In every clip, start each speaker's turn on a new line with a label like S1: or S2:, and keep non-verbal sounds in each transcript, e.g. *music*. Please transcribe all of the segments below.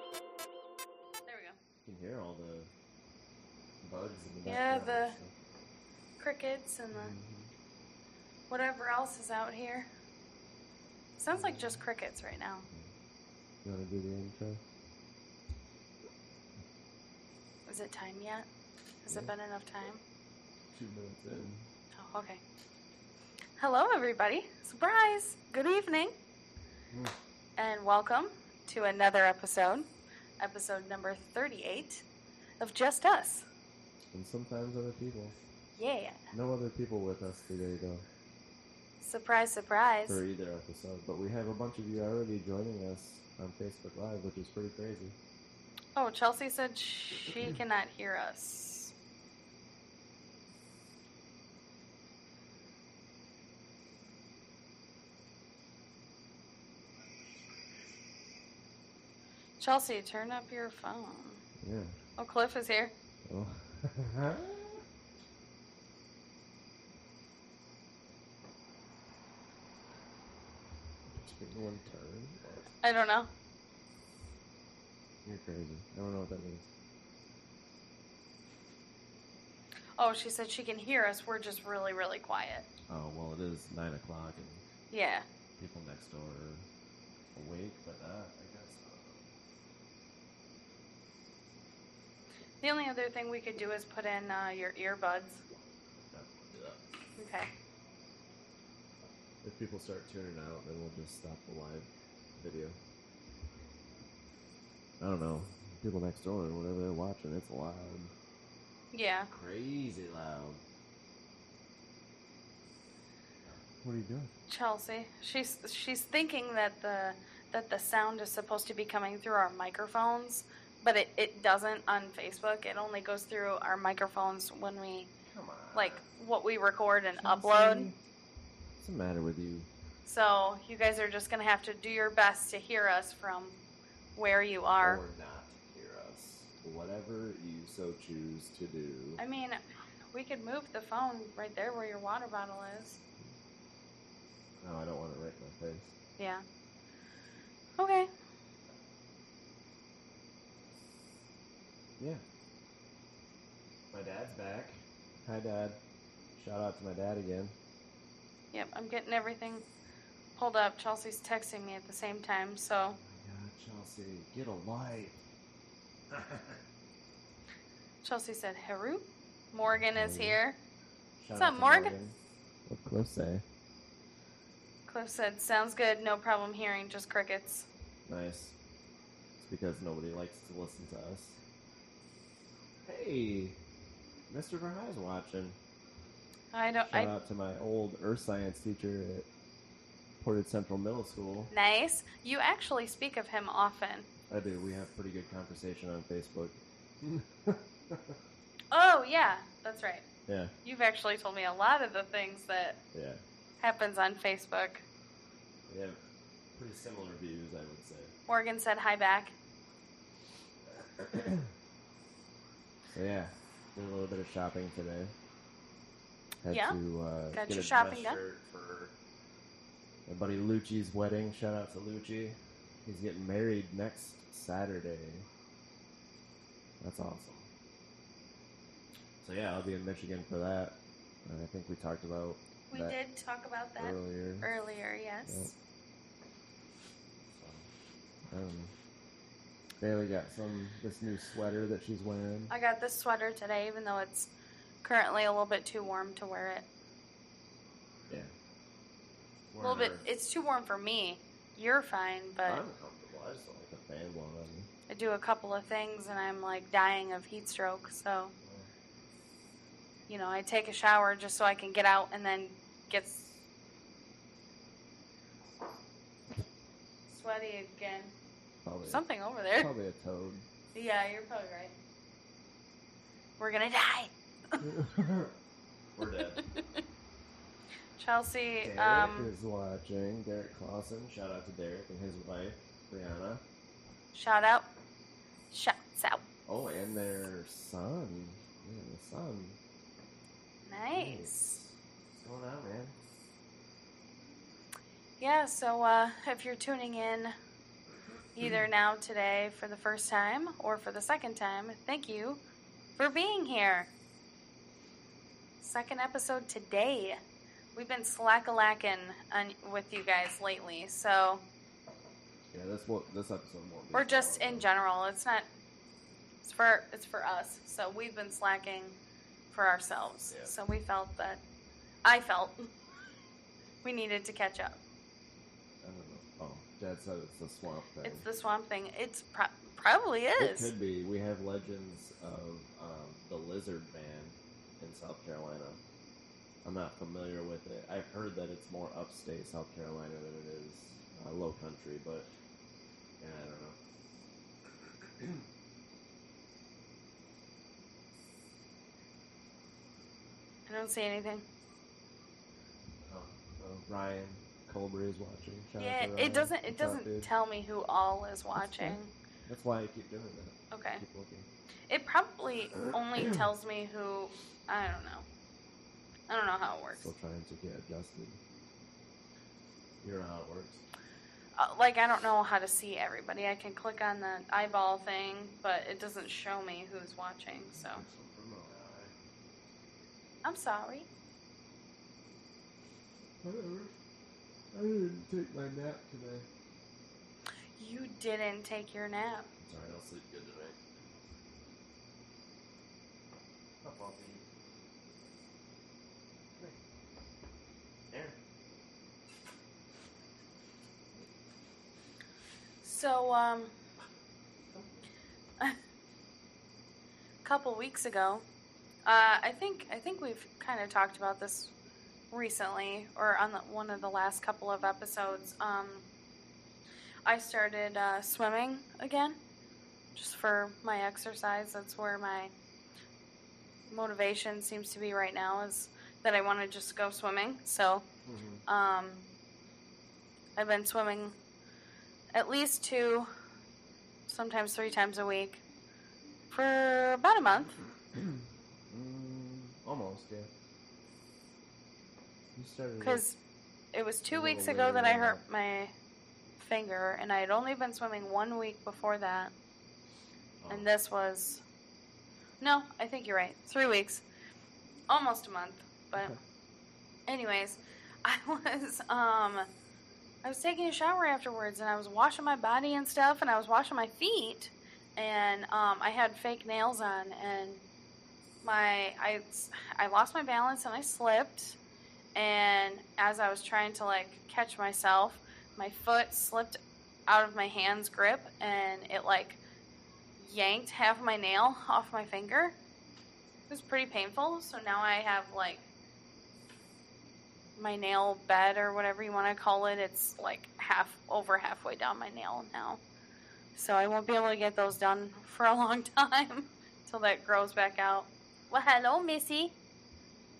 S1: There we go.
S2: You can hear all the bugs in the
S1: Yeah, Mm-hmm.
S2: background,
S1: Crickets and
S2: so-
S1: the
S2: Mhm.
S1: whatever else is out here. Sounds like just crickets right now.
S2: You want to do the intro?
S1: Is it time yet? Has it
S2: Yeah.
S1: been enough time?
S2: Two minutes in.
S1: Oh, okay. Hello, everybody. Surprise! Good evening.
S2: Mm.
S1: And welcome to another episode, episode number 38 of Just Us.
S2: And sometimes other people.
S1: Yeah.
S2: No other people with us today, though,
S1: Surprise, surprise.
S2: for either episode. But we have a bunch of you already joining us on Facebook Live, which is pretty crazy.
S1: Oh, Chelsea said she cannot hear us. Chelsea, turn up your phone.
S2: Yeah.
S1: Oh, Cliff is here.
S2: *laughs* Oh. Just take one turn.
S1: I don't know.
S2: You're crazy. I don't know what that means.
S1: Oh, she said she can hear us. We're just really, really quiet.
S2: Oh well, it is nine o'clock and
S1: Yeah.
S2: people next door are awake, but not. I guess.
S1: The only other thing we could do is put in uh, your earbuds. Okay.
S2: If people start tuning out, then we'll just stop the live video. I don't know. People next door, whatever they're watching, it's loud,
S1: Yeah.
S2: crazy loud. What are you doing?
S1: Chelsea. She's she's thinking that the that the sound is supposed to be coming through our microphones, but it, it doesn't on Facebook. It only goes through our microphones when we
S2: Come on.
S1: like what we record and
S2: Chelsea,
S1: upload.
S2: What's the matter with you?
S1: So you guys are just gonna have to do your best to hear us from where you are.
S2: or not hear us. Whatever you so choose to do.
S1: I mean, we could move the phone right there where your water bottle is.
S2: No, I don't want to right in my face.
S1: Yeah. Okay.
S2: Yeah. My dad's back. Hi, Dad. Shout out to my dad again.
S1: Yep, I'm getting everything pulled up. Chelsea's texting me at the same time, so
S2: Oh my God, Chelsea, get a *laughs* life.
S1: Chelsea said, Haru? Morgan is
S2: Hey.
S1: here.
S2: Shout
S1: What's up,
S2: to eh?
S1: Morgan?
S2: What Cliff say?
S1: Cliff said, Sounds good. No problem hearing, just crickets.
S2: Nice. It's because nobody likes to listen to us. Hey, Mr. Verhey's watching.
S1: I don't. I,
S2: Shout out to my old earth science teacher at Portage Central Middle School.
S1: nice. You actually speak of him often.
S2: I do. We have pretty good conversation on Facebook.
S1: Oh, yeah, that's right.
S2: Yeah,
S1: You've actually told me a lot of the things that
S2: yeah.
S1: happens on Facebook.
S2: We have pretty similar views, I would say.
S1: Morgan said, Hi back.
S2: So *coughs* yeah, did a little bit of shopping today. Had
S1: Yeah?
S2: to, uh,
S1: Got
S2: get
S1: your
S2: a
S1: shopping done?
S2: dress shirt for my buddy Lucci's wedding. Shout out to Lucci. He's getting married next Saturday. That's awesome. So yeah, I'll be in Michigan for that. And I think we talked about
S1: We
S2: That-
S1: did talk about that
S2: earlier.
S1: earlier, yes.
S2: I don't know. Bailey um, got some this new sweater that she's wearing.
S1: I got this sweater today, even though it's currently a little bit too warm to wear it.
S2: Yeah.
S1: A little bit. It's too warm for me. You're fine, but
S2: I'm comfortable. I just don't like the fan blowing on me.
S1: I do a couple of things and I'm like dying of heat stroke. So, you know, I take a shower just so I can get out and then get s- sweaty again.
S2: Probably,
S1: Something over there.
S2: Oh.
S1: *laughs*
S2: probably a toad.
S1: Yeah, you're probably right. We're gonna die.
S2: We're dead.
S1: Chelsea,
S2: Derek
S1: um,
S2: is watching. Derek Clausen. Shout out to Derek and his wife, Brianna.
S1: shout out. Shouts out.
S2: Oh, and their son. Man, the son.
S1: Nice.
S2: What's going on, man?
S1: Yeah, so uh, if you're tuning in either now today for the first time or for the second time, thank you for being here. Second episode today. We've been slack a lacking with you guys lately, so
S2: Yeah, this will, this episode won't be.
S1: or just
S2: long.
S1: in general. It's not. It's for it's for us. So we've been slacking for ourselves.
S2: Yeah.
S1: So we felt that I felt *laughs* we needed to catch up.
S2: I don't know. Oh, Dad said it's the swamp thing.
S1: It's the swamp thing. It's pro- probably
S2: It
S1: is.
S2: could be. We have legends of um, the lizard man in South Carolina. I'm not familiar with it. I've heard that it's more upstate South Carolina than it is uh, low country, but yeah, I don't know.
S1: I don't see anything.
S2: Um, uh, Ryan Colbury is watching. Shout out
S1: yeah,
S2: uh, to Ryan.
S1: it doesn't. It
S2: What's up,
S1: doesn't
S2: dude?
S1: tell me who all is watching.
S2: That's why I keep doing that.
S1: Okay.
S2: Keep looking.
S1: It probably
S2: *clears throat*
S1: only tells me who. I don't know. I don't know how it works.
S2: Still trying to get adjusted. You know how it works.
S1: Uh, like I don't know how to see everybody. I can click on the eyeball thing, but it doesn't show me who's watching. So I'm sorry.
S2: Whatever. I didn't take my nap today.
S1: You didn't take your nap.
S2: Sorry, I'll sleep good tonight. How about you? There.
S1: So um, a couple weeks ago, uh, I think I think we've kind of talked about this recently, or on the, one of the last couple of episodes. Um, I started uh, swimming again, just for my exercise. That's where my motivation seems to be right now. Is that I want to just go swimming. So
S2: Mm-hmm.
S1: um, I've been swimming at least two, sometimes three times a week for about a month.
S2: Mm-hmm. *clears throat* mm, almost, yeah. You started. with-
S1: Because it was
S2: A
S1: two
S2: little
S1: weeks ago that
S2: later
S1: I
S2: than
S1: hurt my finger, and I had only been swimming one week before that.
S2: oh,
S1: And this was. No, I think you're right. Three weeks. Almost a month. But,
S2: Okay.
S1: anyways, *laughs* I was. um I was taking a shower afterwards and I was washing my body and stuff and I was washing my feet and um, I had fake nails on and my I I lost my balance and I slipped and as I was trying to like catch myself, my foot slipped out of my hand's grip and it like yanked half of my nail off my finger. It was pretty painful, so now I have like my nail bed or whatever you want to call it. It's like half over halfway down my nail now. So I won't be able to get those done for a long *laughs* time till that grows back out. Well, hello, Missy.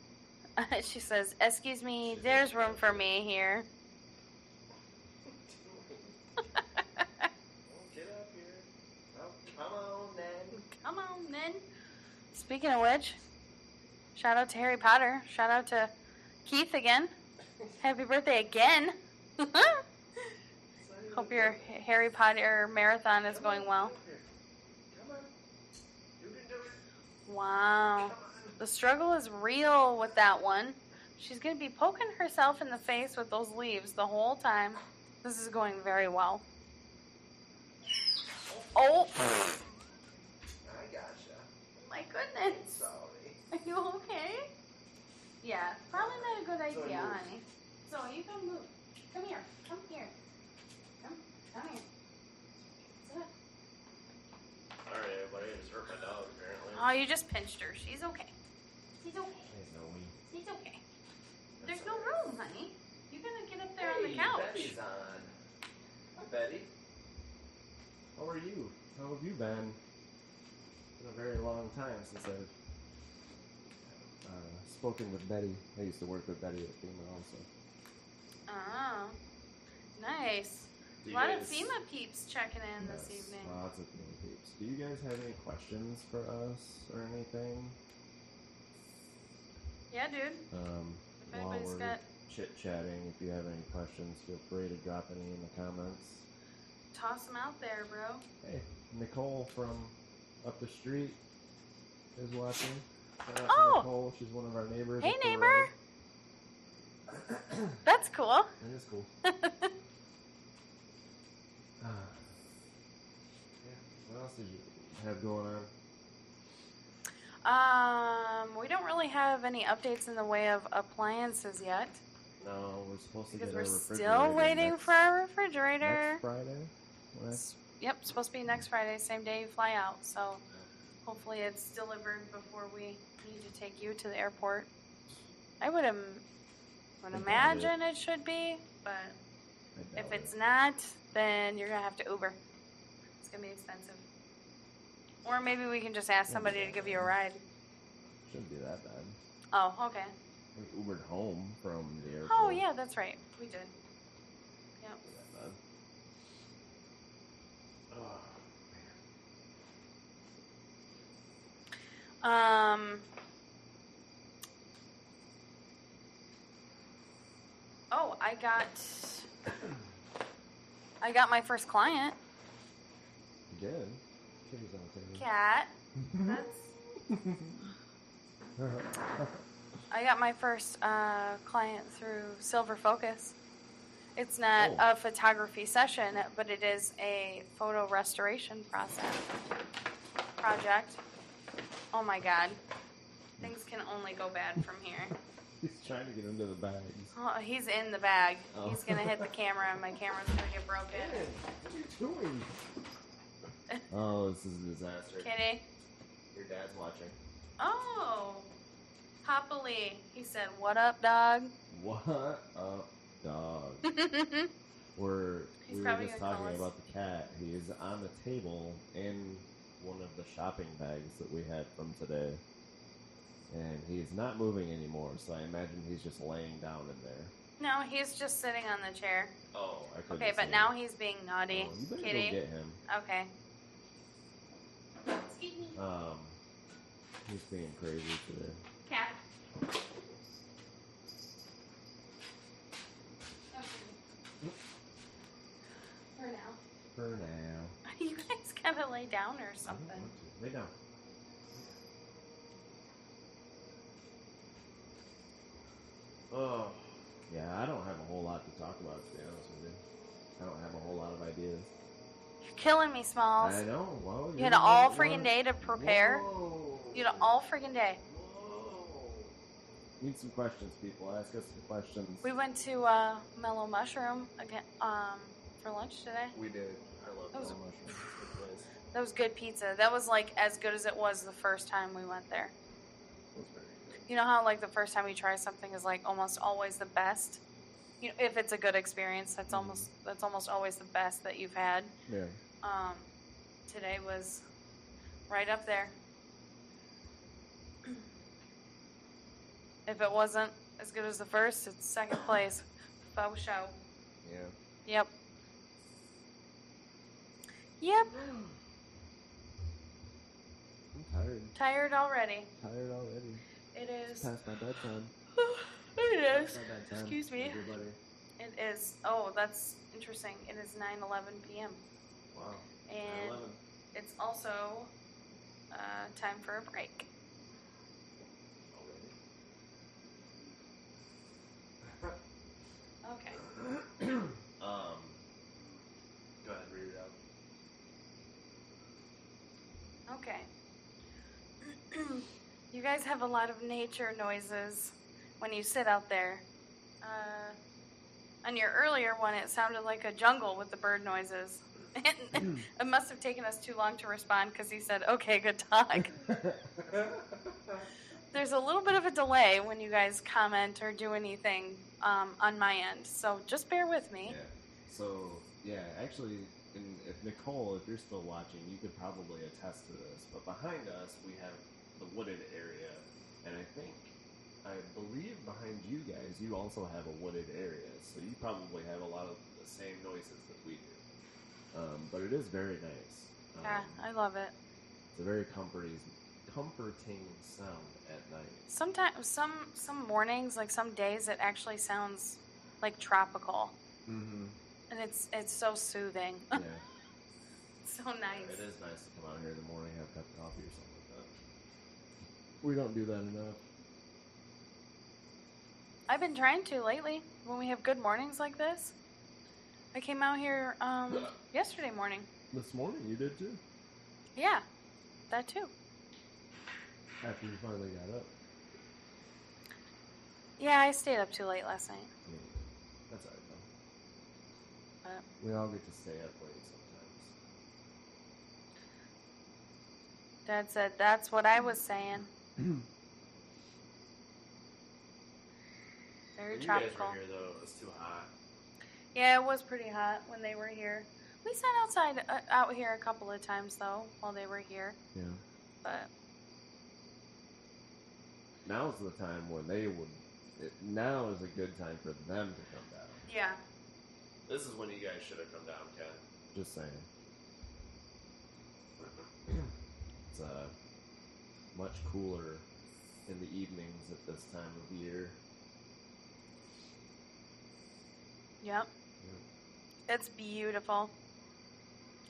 S1: *laughs* she says, "Excuse me, there's room for me here." *laughs*
S2: Get up here. Oh, come on, then.
S1: Come on, then. Speaking of which, shout out to Harry Potter. Shout out to Keith again. Happy birthday again. *laughs* *laughs* Hope your Harry Potter marathon is going well. Wow.
S2: *laughs*
S1: The struggle is real with that one. She's going to be poking herself in the face with those leaves the whole time. This is going very well. Oh,
S2: I gotcha.
S1: my goodness.
S2: Sorry.
S1: Are you okay? Yeah, probably not a good
S2: So
S1: idea,
S2: move.
S1: honey. So you can move. Come here. Come here. Come. Come here. Sit up.
S3: Alright, everybody, I just hurt my dog apparently.
S1: Oh, you just pinched her. She's okay. She's okay.
S2: There's no we.
S1: She's okay. There's
S2: That's
S1: no
S2: all right.
S1: room, honey. You're gonna get up there on the
S2: Hey,
S1: couch.
S3: Betty's on.
S2: Hi, Betty. How are you? How have you been? been a very long time since I've uh, spoken with Betty. I used to work with Betty at FEMA also.
S1: Oh, nice.
S3: Do
S1: A
S3: you
S1: lot of
S3: guys-
S1: FEMA peeps checking in this
S2: Yes,
S1: evening.
S2: Lots of FEMA peeps. Do you guys have any questions for us or anything?
S1: Yeah, dude.
S2: Um,
S1: If
S2: while
S1: anybody's
S2: we're
S1: got
S2: chit chatting, if you have any questions, feel free to drop any in the comments.
S1: toss them out there, bro.
S2: Hey, Nicole from up the street is watching. Shout out to
S1: Oh.
S2: Nicole. She's one of our neighbors.
S1: Hey,
S2: up the
S1: neighbor.
S2: road. *clears throat*
S1: That's cool. *laughs*
S2: That is cool. Ah. yeah. What else did you have going on?
S1: Um, we don't really have any updates in the way of appliances yet
S2: No, we're supposed to
S1: because
S2: get
S1: we're
S2: our
S1: still
S2: refrigerator
S1: waiting
S2: next-
S1: for our refrigerator.
S2: next Friday. Well,
S1: It's- Yep, supposed to be next Friday, same day you fly out. So hopefully it's delivered before we need to take you to the airport. I would, Im- would
S2: I doubt it.
S1: imagine it should be, but
S2: I
S1: if
S2: doubt
S1: it's
S2: it.
S1: not, then you're gonna have to Uber. It's gonna be expensive. Or maybe we can just ask somebody to give you a ride.
S2: shouldn't be that bad.
S1: Oh, okay.
S2: We Ubered home from the airport.
S1: Oh
S2: *coughs*
S1: yeah, that's right. We did.
S2: Not that bad.
S3: Oh,
S1: Um. Oh, I got. I got my first client,
S2: Good. Kitty's on the table.
S1: Cat. That's.
S2: *laughs*
S1: *laughs* I got my first uh, client through Silver Focus. It's not
S2: Oh.
S1: a photography session, but it is a photo restoration process project. Oh my god, things can only go bad from here.
S2: He's trying to get into the bags.
S1: Oh, he's in the bag.
S2: Oh.
S1: He's gonna hit the camera, and my camera's gonna get broken.
S2: what are you
S1: *laughs*
S2: doing? oh, this is a disaster.
S1: Kitty.
S2: Your dad's watching.
S1: Oh, happily, he said, "What up, dog?" *laughs*
S2: What up, dog?
S1: He's
S2: We're
S1: He's
S2: we were
S1: probably
S2: just
S1: gonna
S2: talking
S1: call us.
S2: about the cat. He is on the table in one of the shopping bags that we had from today, and he is not moving anymore. So I imagine he's just laying down in there.
S1: no, he's just sitting on the chair.
S3: oh,
S2: I couldn't
S1: Okay,
S2: see
S1: but
S2: him.
S1: now he's being naughty,
S2: Oh, you better
S1: Kitty.
S2: go get him.
S1: Okay.
S2: Um, he's being crazy today.
S1: Cat. For now. *laughs*
S2: For now.
S1: You guys gotta lay down or
S2: I don't
S1: something.
S2: want to. Lay down.
S3: oh.
S2: Yeah, I don't have a whole lot to talk about to be honest with you. I don't have a whole lot of ideas.
S1: You're killing me, Smalls.
S2: Mm-hmm. I know. Well,
S1: You
S2: you're
S1: had
S2: the
S1: all
S2: one-
S1: friggin' day to prepare.
S2: Whoa.
S1: You had all friggin' day.
S3: Whoa.
S2: Need some questions, people. Ask us some questions.
S1: We went to uh, Mellow Mushroom again um, for lunch today.
S2: We did.
S3: I love
S1: That was-
S3: that mushroom. It's a good place.
S1: That was good pizza. That was like as good as it was the first time we went there.
S3: It was very good.
S1: You know how like the first time you try something is like almost always the best. You know, if it's a good experience, that's
S2: Mhm.
S1: almost that's almost always the best that you've had.
S2: Yeah.
S1: Um, today was right up there. if it wasn't as good as the first, it's second place. Faux show.
S2: Yeah.
S1: Yep. Yep.
S2: I'm tired.
S1: Tired already.
S2: Tired already.
S1: It
S2: It's
S1: is.
S2: past my bedtime.
S1: *sighs* it
S2: It's
S1: is.
S2: my bedtime.
S1: Excuse me.
S2: Everybody.
S1: It is. Oh, that's interesting. It is 9:11 p.m.
S2: Wow.
S1: and
S2: 9/11.
S1: it's also uh, time for a break. Okay.
S2: Already.
S3: *clears throat* Um, go ahead, read it out.
S1: Okay. *clears throat* you guys have a lot of nature noises when you sit out there. Uh, on your earlier one, it sounded like a jungle with the bird noises. *laughs* it must have taken us too long to respond because he said, "Okay, good
S2: *laughs*
S1: talk."
S3: *laughs*
S1: There's a little bit of a delay when you guys comment or do anything um, on my end, so just bear with me.
S2: Yeah. So yeah, actually, and if Nicole, if you're still watching, you could probably attest to this. But behind us, we have the wooded area, and I think, I believe behind you guys, you also have a wooded area, so you probably have a lot of the same noises that we do. Um, but it is very nice. Um,
S1: Yeah, Ah, I love it.
S2: it's a very comforting, comforting sound at night.
S1: Sometimes, some some mornings, like some days, it actually sounds like tropical,
S2: Mm-hmm.
S1: and it's it's so soothing, *laughs*
S2: Yeah,
S1: so nice.
S2: it is nice to come out here in the morning, have a cup of coffee or something like that. We don't do that enough.
S1: I've been trying to lately when we have good mornings like this. I came out here um, yesterday morning.
S2: This morning you did too.
S1: Yeah, that too.
S2: After you finally got up.
S1: Yeah, I stayed up too late last night.
S2: Yeah, that's alright though.
S1: But-
S2: we all get to stay up late *clears throat* sometimes.
S1: Dad said that's what I was saying. Very
S3: When you guys
S1: tropical.
S3: were here though, it was too hot.
S1: Yeah, it was pretty hot when they were here. We sat outside uh, out here a couple of times though while they were here,
S2: Yeah.
S1: but
S2: Now's the time when they would. It, now is a good time for them to come down.
S1: yeah.
S3: This is when you guys should have come down, Ken. *clears throat*
S2: Just saying. It's uh, much cooler in the evenings at this time of year.
S1: Yep. It's beautiful.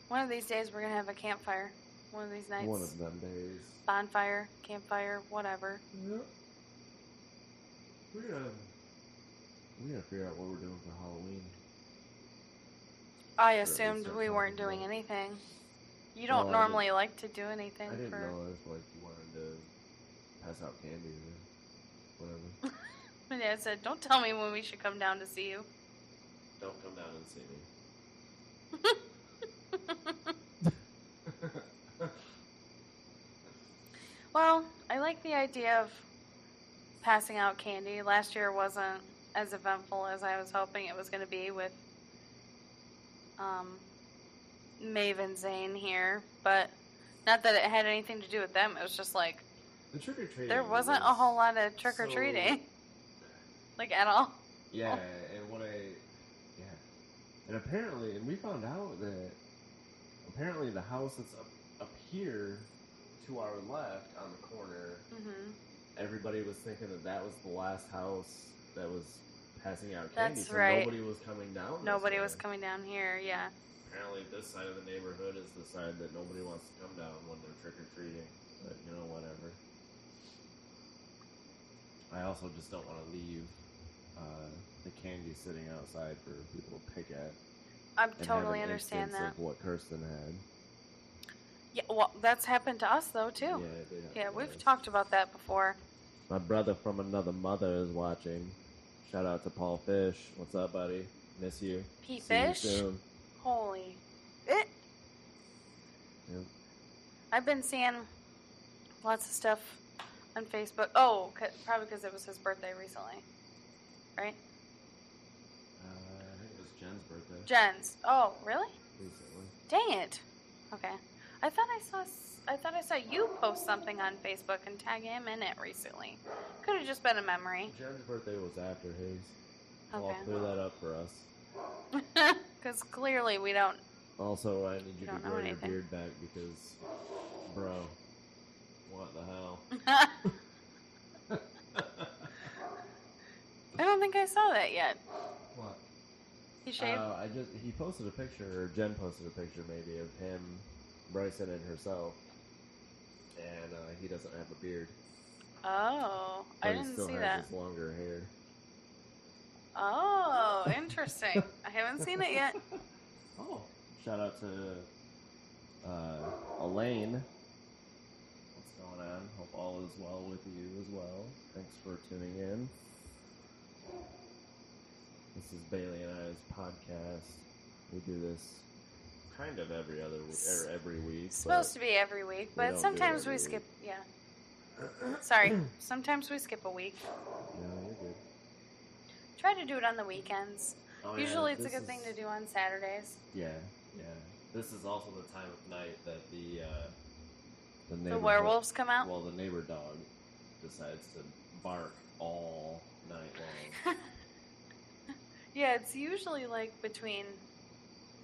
S1: One of these days we're going to have a campfire. One of these nights.
S2: One of them days.
S1: Bonfire, campfire, whatever.
S2: Yep. We're gonna we gotta figure out what we're doing for Halloween.
S1: I
S2: Sure, it's
S1: assumed
S2: not
S1: we weren't
S2: possible.
S1: doing anything. You don't
S2: No, I
S1: normally like to do anything
S2: I didn't
S1: for
S2: know if like you wanted to pass out candy or whatever.
S1: My dad said, Don't tell me when we should come down to see you.
S2: Don't come down and see me.
S1: Well, I like the idea of passing out candy. Last year wasn't as eventful as I was hoping it was going to be with um, Maven Zane here, but not that it had anything to do with them. It was just like
S2: The trick or treating.
S1: there wasn't a whole lot of trick or treating,
S2: *laughs*
S1: like at all.
S2: Yeah,
S1: Oh.
S2: and what I yeah, and apparently, and we found out that apparently the house that's up up here to our left on the corner,
S1: hmm
S2: everybody was thinking that that was the last house that was passing out candy.
S1: That's
S2: so
S1: right.
S2: Nobody was coming down. this
S1: Nobody
S2: way.
S1: was coming down here. Yeah,
S2: Apparently, this side of the neighborhood is the side that nobody wants to come down when they're trick or treating. But you know, whatever. I also just don't want to leave uh, the candy sitting outside for people to pick at.
S1: I
S2: and
S1: totally
S2: have an
S1: understand
S2: instance
S1: that.
S2: Of what Kirsten had.
S1: Yeah, well, that's happened to us though too.
S2: Yeah, it did
S1: yeah
S2: happen to
S1: we've
S2: us.
S1: talked about that before.
S2: My brother from another mother is watching. Shout out to Paul Fish. What's up, buddy? Miss you.
S1: P
S2: See you
S1: fish.
S2: soon.
S1: Holy. It.
S2: Yep.
S1: I've been seeing lots of stuff on Facebook. Oh, 'cause- probably because it was his birthday recently. Right?
S2: Uh, I think it was Jen's birthday
S1: Jen's. Oh, really?
S2: recently.
S1: Dang it. Okay. I thought I saw s- I thought I saw you post something on Facebook and tag him in it recently. Could have just been a memory. *laughs*
S2: Jen's birthday was after his. I'll
S1: Okay.
S2: clear that up for us.
S1: Cuz clearly we don't
S2: Also, I need you to
S1: Don't know
S2: grow your
S1: anything.
S2: beard back because, bro, what the hell?
S1: I *laughs* don't think I saw that yet.
S2: What? Uh,
S1: He shaved.
S2: I just he posted a picture, or Jen posted a picture maybe of him, Bryson, and herself, and uh, he doesn't have a beard.
S1: oh,
S2: But
S1: I
S2: he
S1: didn't
S2: still
S1: see
S2: has
S1: that.
S2: His longer hair.
S1: Oh,
S2: *laughs*
S1: interesting. I haven't seen it yet.
S2: Oh, shout out to uh, Elaine. What's going on? Hope all is well with you as well. Thanks for tuning in. This is Bailey and I's podcast. We do this kind of every other
S1: S-
S2: or every week.
S1: It's
S2: but
S1: supposed to be every week,
S2: don't do
S1: but
S2: it
S1: sometimes we
S2: every week.
S1: skip. Yeah.
S2: *clears throat*
S1: Sorry. Sometimes we skip a week.
S2: No, you're good.
S1: Try to do it on the weekends.
S2: Oh, yeah,
S1: Usually it's a
S2: Oh, this
S1: good
S2: is-
S1: thing to do on Saturdays.
S2: Yeah, Yeah. This is also the time of night that the uh, the,
S1: The
S2: neighbor
S1: werewolves come out.
S2: Well, the neighbor dog decides to bark all night long.
S1: Yeah, it's usually like between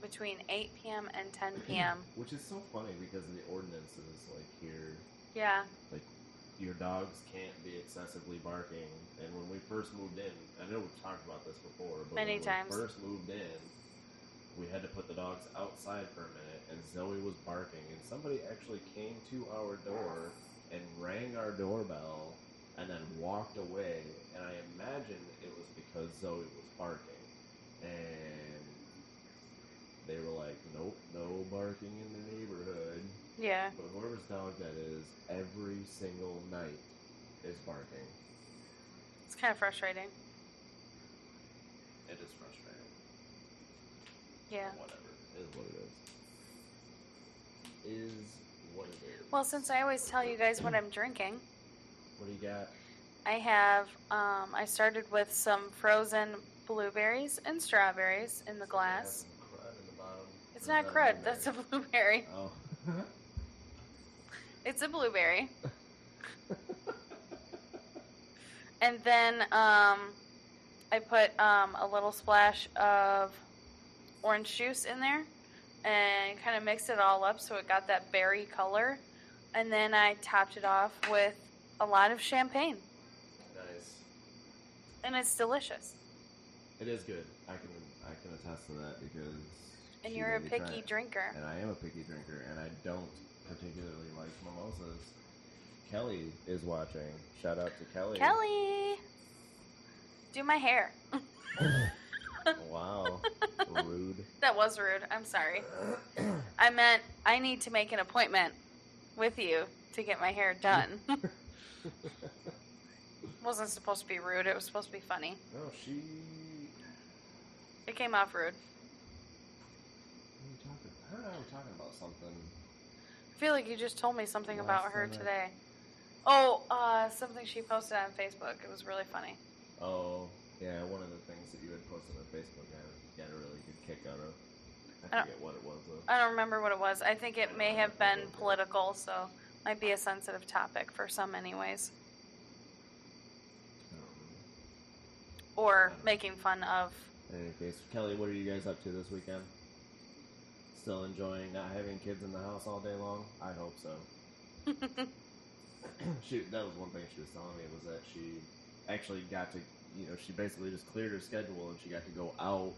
S1: between 8 p.m. and
S2: *clears throat*
S1: 10 p.m.
S2: *laughs* Which is so funny because the ordinance is like here,
S1: yeah,
S2: your dogs can't be excessively barking. And when we first moved in, I know we've talked about this before, but
S1: Many
S2: when
S1: times.
S2: we first moved in, we had to put the dogs outside for a minute, and Zoe was barking, and somebody actually came to our door and rang our doorbell, and then walked away. And I imagine it was because Zoe was barking, and they were like, "Nope, no barking in the neighborhood."
S1: yeah.
S2: But whoever's dog that is, every single night is barking.
S1: It's kind of frustrating.
S3: It is frustrating.
S1: Yeah.
S3: Whatever.
S2: Is what it is. Is what it is.
S1: Well, since I always tell you guys what I'm drinking,
S2: What do you got?
S1: I have um, I started with some frozen blueberries and strawberries in the glass.
S2: Has some crud in the bottom.
S1: It's
S2: Is
S1: not
S2: that
S1: crud. That's a blueberry.
S3: *laughs*
S2: Oh.
S1: It's a
S2: *laughs*
S1: blueberry. and then um, I put um, a little splash of orange juice in there and kind of mixed it all up so it got that berry color. And then I topped it off with a lot of champagne.
S2: nice.
S1: And it's delicious.
S2: It is good. I can I can attest to that because.
S1: And
S2: she
S1: you're a
S2: made me try
S1: picky
S2: it.
S1: drinker.
S2: And I am a picky drinker, and I don't particularly like mimosas. Kelly is watching. Shout out to Kelly.
S1: Kelly! Do my hair.
S2: *laughs* wow. Rude.
S1: That was rude. I'm sorry. I meant I need to make an appointment with you to get my hair done. Wasn't supposed to be rude. It was supposed to be funny.
S2: No, she. What
S1: It came off rude.
S2: are you talking? Her and I were talking about something.
S1: I feel like you just told me something
S2: Last
S1: about her
S2: night.
S1: today. Oh, uh, something she posted on Facebook. It was really funny.
S2: Oh, yeah, one of the things that you had posted on Facebook, I got a really good kick out of.
S1: I
S2: I
S1: don't-
S2: forget what it was though.
S1: I don't remember what it was. I think it may have been political, so might be a sensitive topic for some, anyways.
S2: Um,
S1: Or making fun of.
S2: in any case, Kelly, what are you guys up to this weekend? Still enjoying not having kids in the house all day long? I hope so.
S1: *laughs*
S2: she that was one thing she was telling me was that she actually got to you know she basically just cleared her schedule and she got to go out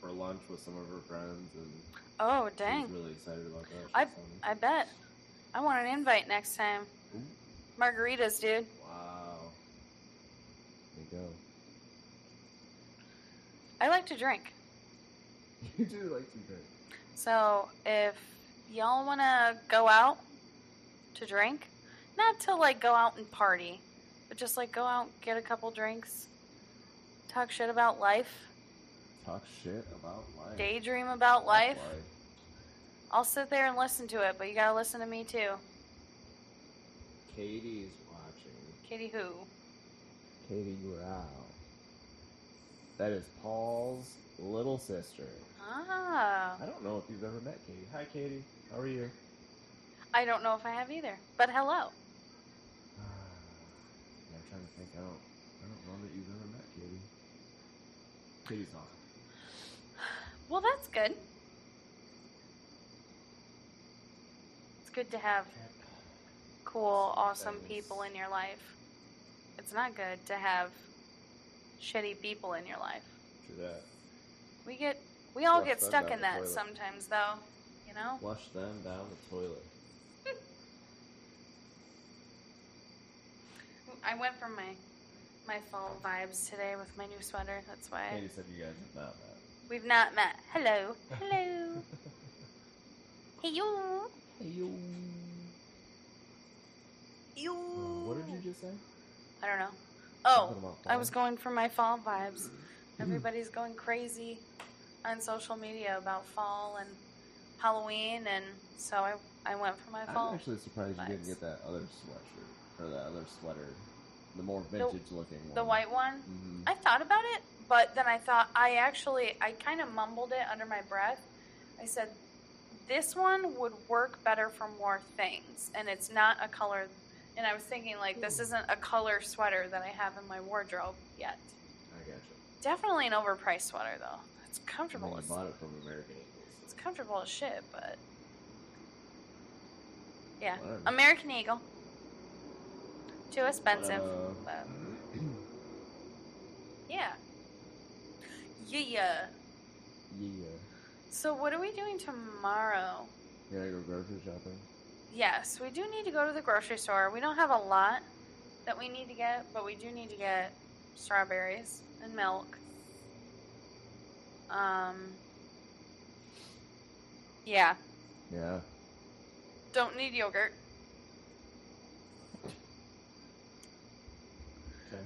S2: for lunch with some of her friends and
S1: Oh,
S2: she was
S1: dang.
S2: really excited about that. She
S1: I-
S2: was telling me.
S1: I bet. I want an invite next time.
S2: Ooh.
S1: Margaritas, dude.
S2: wow. There you go. *laughs*
S1: I like to drink.
S2: You do like to drink.
S1: So if y'all want to go out to drink, not to like go out and party, but just like go out, get a couple drinks, talk shit about life,
S2: Talk shit about life.
S1: daydream about
S2: Fuck
S1: life, I'll sit there and listen to it, but you got to listen to me too.
S2: Katie's watching.
S1: Kitty who?
S2: Katie Grau. That is Paul's little sister.
S1: Ah.
S2: I don't know if you've ever met Katie. Hi, Katie. How are you?
S1: I don't know if I have either, but hello.
S2: Uh, I'm trying to think. I don't. I don't know that you've ever met Katie. Katie's awesome.
S1: Well, that's good. It's good to have cool, awesome people in your life. It's not good to have shitty people in your life.
S2: True that.
S1: We get we all
S2: Flush
S1: get
S2: them
S1: stuck
S2: down
S1: in
S2: the
S1: that
S2: toilet.
S1: sometimes though, you know?
S2: Flush them down the toilet.
S1: I went for my my fall vibes today with my new sweater. That's why
S2: Katie said you guys have not met.
S1: we've not met.
S2: *laughs*
S1: Hello. Hello. hey you.
S2: Yo.
S1: You.
S2: What did you just say?
S1: I don't know. Oh,
S2: Something about
S1: I was
S2: falling?
S1: going for my fall vibes. Everybody's going crazy on social media about fall and Halloween, and so I, I went for my
S2: I'm
S1: fall.
S2: actually surprised you
S1: vibes.
S2: didn't get that other sweatshirt or that other sweater, the more
S1: The-
S2: vintage looking one.
S1: The white one.
S2: hmm
S1: I thought about it, but then I thought I actually I kind of mumbled it under my breath, I said, this one would work better for more things, and it's not a color. And I was thinking, like, this isn't a color sweater that I have in my wardrobe yet.
S2: I got you.
S1: Definitely an overpriced sweater, though. It's
S2: I mean,
S1: comfortable.
S2: I
S1: as,
S2: bought it from American Eagles.
S1: it's comfortable as shit, but yeah,
S2: Whatever.
S1: American Eagle. Too expensive.
S2: Uh,
S1: but- Yeah. Yeah.
S2: *clears throat* yeah.
S1: So what are we doing tomorrow?
S2: You gotta go grocery shopping.
S1: Yes, we do need to go to the grocery store. We don't have a lot that we need to get, but we do need to get strawberries and milk. Um Yeah,
S2: Yeah.
S1: don't need yogurt.
S2: Okay.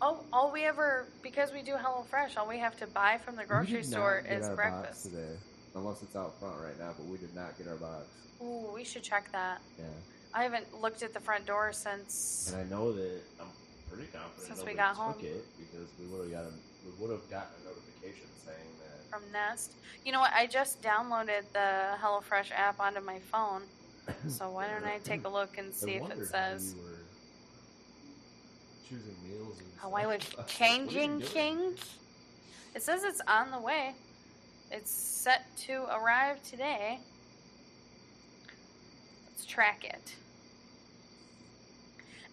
S1: Oh, all we ever because we do HelloFresh, all we have to buy from the grocery store is breakfast.
S2: box today, unless it's out front right now. But we did not get our box.
S1: Ooh, we should check that.
S2: Yeah.
S1: I haven't looked at the front door since.
S2: And I know that I'm pretty confident
S1: Since we
S2: nobody
S1: got
S2: took
S1: home.
S2: it because we would have got a, we would have gotten a notification saying that.
S1: from Nest. You know what? I just downloaded the HelloFresh app onto my phone, so why don't
S2: *coughs*
S1: I take a look and see if it
S2: wondered Hmm. how
S1: says
S2: you were choosing meals. And
S1: how I would
S2: stuff. *laughs* What are you
S1: changing
S2: doing?
S1: king? It says it's on the way. It's set to arrive today. Let's track it.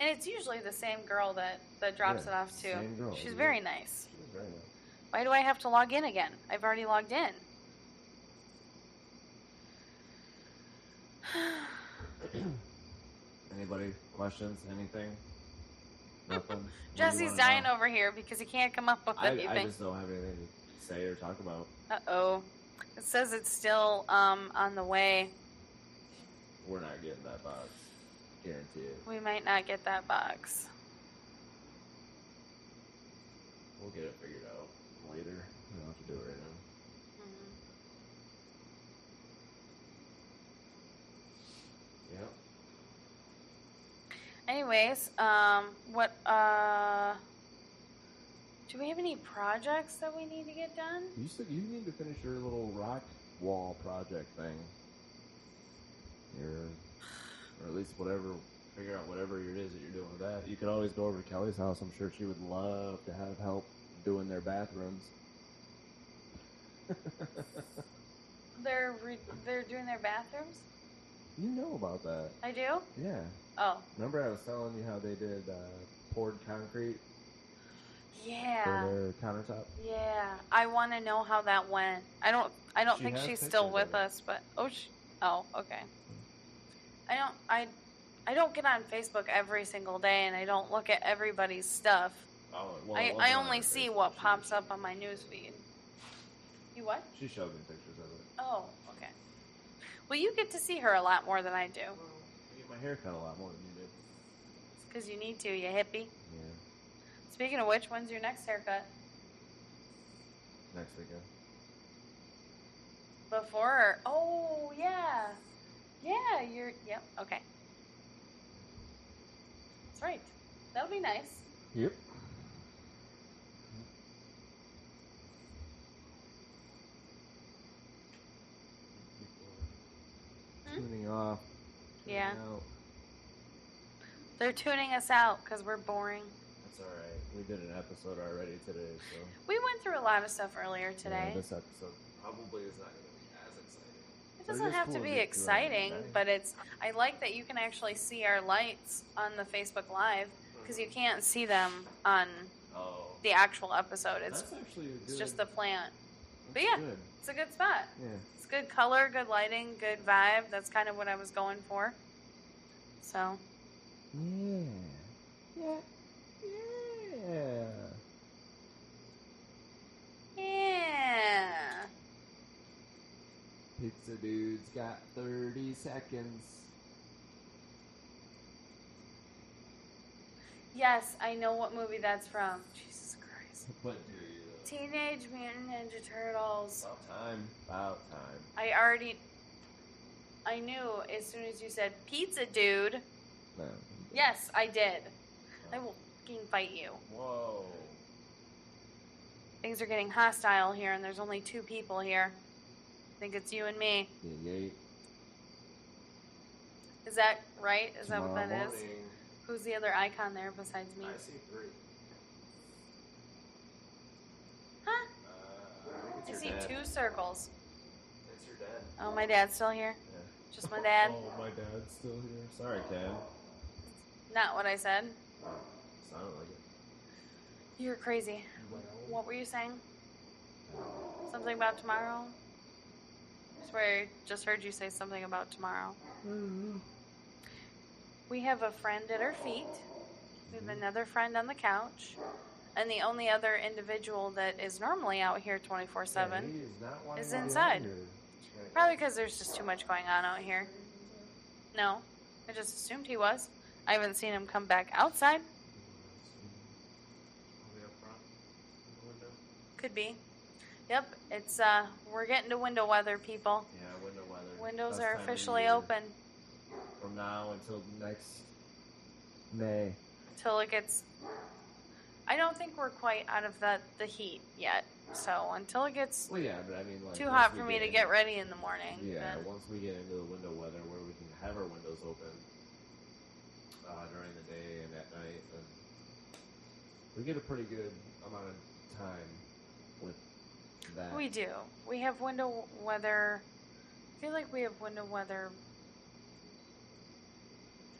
S1: And it's usually the same girl that, that drops
S2: Yeah,
S1: it off too.
S2: same girl,
S1: She's
S2: isn't
S1: very
S2: it?
S1: nice.
S2: She was very nice.
S1: Why do I have to log in again? I've already logged in. *sighs*
S2: *clears throat* Anybody questions? Anything?
S1: *laughs*
S2: Nothing. What do you
S1: Jesse's
S2: wanna
S1: dying
S2: know?
S1: over here because he can't come up with
S2: I, I
S1: anything.
S2: just don't have anything to say or talk about.
S1: Uh oh. It says it's still um, on the way.
S2: We're not getting that box. Guarantee it.
S1: We might not get that box.
S2: We'll get it figured out later. We don't have to do it right
S1: Mhm.
S2: now. Yep.
S1: Anyways, um, what uh, do we have any projects that we need to get done?
S2: You said you need to finish your little rock wall project thing. Your, or at least whatever, figure out whatever it is that you're doing with that. You could always go over to Kelly's house. I'm sure she would love to have help doing their bathrooms. *laughs*
S1: They're re- they're doing their bathrooms.
S2: You know about that.
S1: I do.
S2: Yeah.
S1: Oh
S2: Remember I was telling you how they did uh, poured concrete
S1: yeah.
S2: for their countertop?
S1: Yeah, I want to know how that went. I don't. I don't
S2: She
S1: think
S2: has
S1: she's still
S2: pictures of
S1: with
S2: it.
S1: us, but oh, sh oh, okay. I don't. I. I don't get on Facebook every single day, and I don't look at everybody's stuff.
S2: Oh, well,
S1: I,
S2: it
S1: I
S2: wasn't on
S1: only
S2: her
S1: see
S2: Facebook.
S1: what
S2: She-
S1: pops up on my newsfeed. You what?
S2: She showed me pictures of it.
S1: Oh, okay. Well, you get to see her a lot more than I do,
S2: I get my hair cut a lot more than you do.
S1: because you need to, you hippie.
S2: Yeah.
S1: Speaking of which, when's your next haircut?
S2: Next weekend.
S1: Before? Or, oh, yeah. Yeah, you're. Yep, okay. That's right. That'll be nice.
S2: Yep.
S1: Hmm?
S2: Tuning off. tuning
S1: Yeah.
S2: out.
S1: They're tuning us out because we're boring.
S2: That's alright. We did an episode already today, so.
S1: We went through a lot of stuff earlier today.
S2: Yeah, this episode probably is not going to be as exciting.
S1: it
S2: they're
S1: doesn't
S2: just
S1: have
S2: cool
S1: to
S2: to
S1: be
S2: get through
S1: exciting,
S2: everything.
S1: but it's. I like that you can actually see our lights on the Facebook Live because you can't see them on
S2: Oh.
S1: the actual episode. It's
S2: That's actually a good.
S1: it's just the plant. but
S2: that's
S1: yeah.
S2: good.
S1: It's a good spot.
S2: Yeah.
S1: It's good color, good lighting, good vibe. That's kind of what I was going for. So.
S2: Yeah. Yeah. Yeah.
S1: Yeah.
S2: Pizza dude's got 30 seconds.
S1: Yes, I know what movie that's from. Jesus Christ.
S2: What do you?
S1: Teenage Mutant Ninja Turtles.
S2: About time. About time.
S1: I already. I knew as soon as you said pizza dude.
S2: No.
S1: Yes, I did. I will fucking fight you.
S2: Whoa.
S1: Things are getting hostile here, and there's only two people here. think it's you and me.
S2: Me and Nate.
S1: Is that right? Is that
S2: Tomorrow
S1: what that is?
S3: Morning,
S1: Who's the other icon there besides me?
S3: I see three.
S1: Huh?
S3: Uh, I think
S1: I
S3: it's
S1: see
S3: your dad.
S1: two circles.
S3: It's your dad.
S1: Oh, my dad's still here.
S2: Yeah.
S1: Just my dad.
S2: Oh, my dad's still here. Sorry, Ken.
S1: Not what I said.
S2: Sounded like it.
S1: You're crazy.
S2: Well,
S1: What were you saying? Something about tomorrow? I swear, I just heard you say something about tomorrow. mm-hmm. We have a friend at our feet. We
S2: Mm-hmm.
S1: have another friend on the couch. And the only other individual that is normally out here 24
S2: Yeah,
S1: 7.
S2: he is not wanting
S1: is
S2: to be
S1: inside.
S2: out here.
S1: Probably because there's just too much going on out here. No, I just assumed he was. I haven't seen him come back outside.
S3: Are we up front? In the window?
S1: Could be. Yep, it's uh, we're getting to window weather, people.
S2: Yeah, window weather.
S1: Windows
S2: Best
S1: are
S2: time of
S1: officially
S2: year.
S1: open
S2: From now until next May.
S1: till it gets. I don't think we're quite out of the the heat yet. So until it gets
S2: Well, yeah, but I mean, like.
S1: too
S2: once
S1: hot
S2: we
S1: for me to
S2: in-
S1: get ready in the morning,
S2: Yeah,
S1: then
S2: once we get into the window weather where we can have our windows open uh, during the day and at night, then we get a pretty good amount of time with that.
S1: we do. We have window weather. I feel like we have window weather.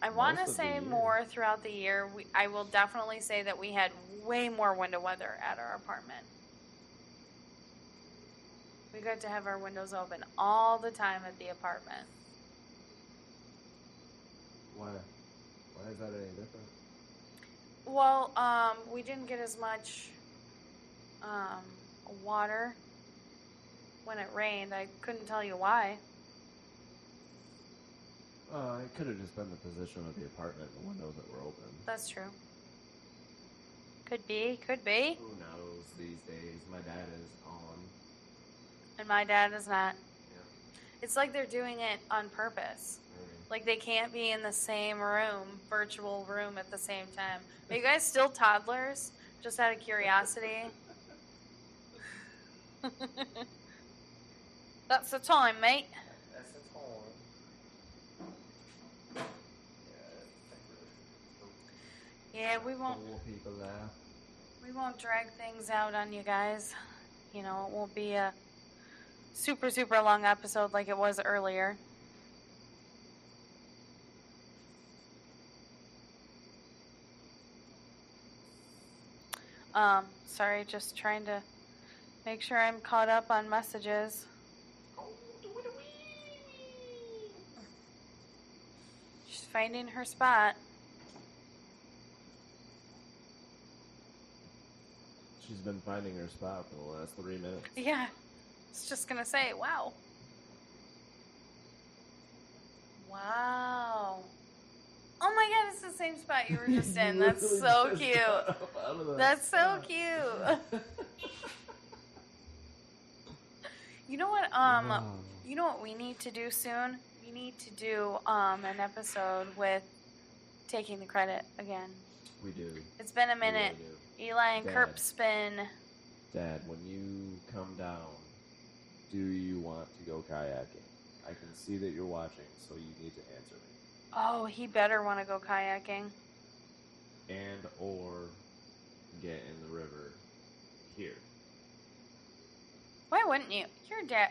S1: I want
S2: Most
S1: to
S2: of the
S1: say
S2: year.
S1: more throughout the year. We, I will definitely say that we had way more window weather at our apartment. We got to have our windows open all the time at the apartment.
S2: Why? Why is that any different?
S1: Well, um, we didn't get as much um, water when it rained. I couldn't tell you why.
S2: Uh, it could have just been the position of the apartment, the windows that were open.
S1: That's true. Could be, could be.
S2: Who knows these days? My dad is on.
S1: And my dad is not.
S2: Yeah.
S1: It's like they're doing it on purpose.
S2: I mean,
S1: Like they can't be in the same room, virtual room at the same time. Are you guys still toddlers? Just out of curiosity. *laughs* That's the time, mate.
S3: That's a torn. Yeah,
S1: Yeah, we won't
S2: fool people laugh.
S1: We won't drag things out on you guys. You know, it won't be a super, super long episode like it was earlier. Um, sorry, just trying to make sure I'm caught up on messages. She's finding her spot.
S2: She's been finding her spot for the last three minutes.
S1: Yeah. I was just going to say, wow. Wow. Oh my god, it's the same spot you were just *laughs*
S2: *laughs*
S1: in. That's so cute. That's so cute. You know what um you know what we need to do soon? We need to do um an episode with taking the credit again.
S2: we do.
S1: It's been a
S2: We really
S1: minute.
S2: do.
S1: Eli and
S2: Dad.
S1: Kirp's been
S2: Dad, when you come down, do you want to go kayaking? I can see that you're watching, so you need to answer me.
S1: Oh, he better want to go kayaking.
S2: And or get in the river here.
S1: Why wouldn't you? Your dad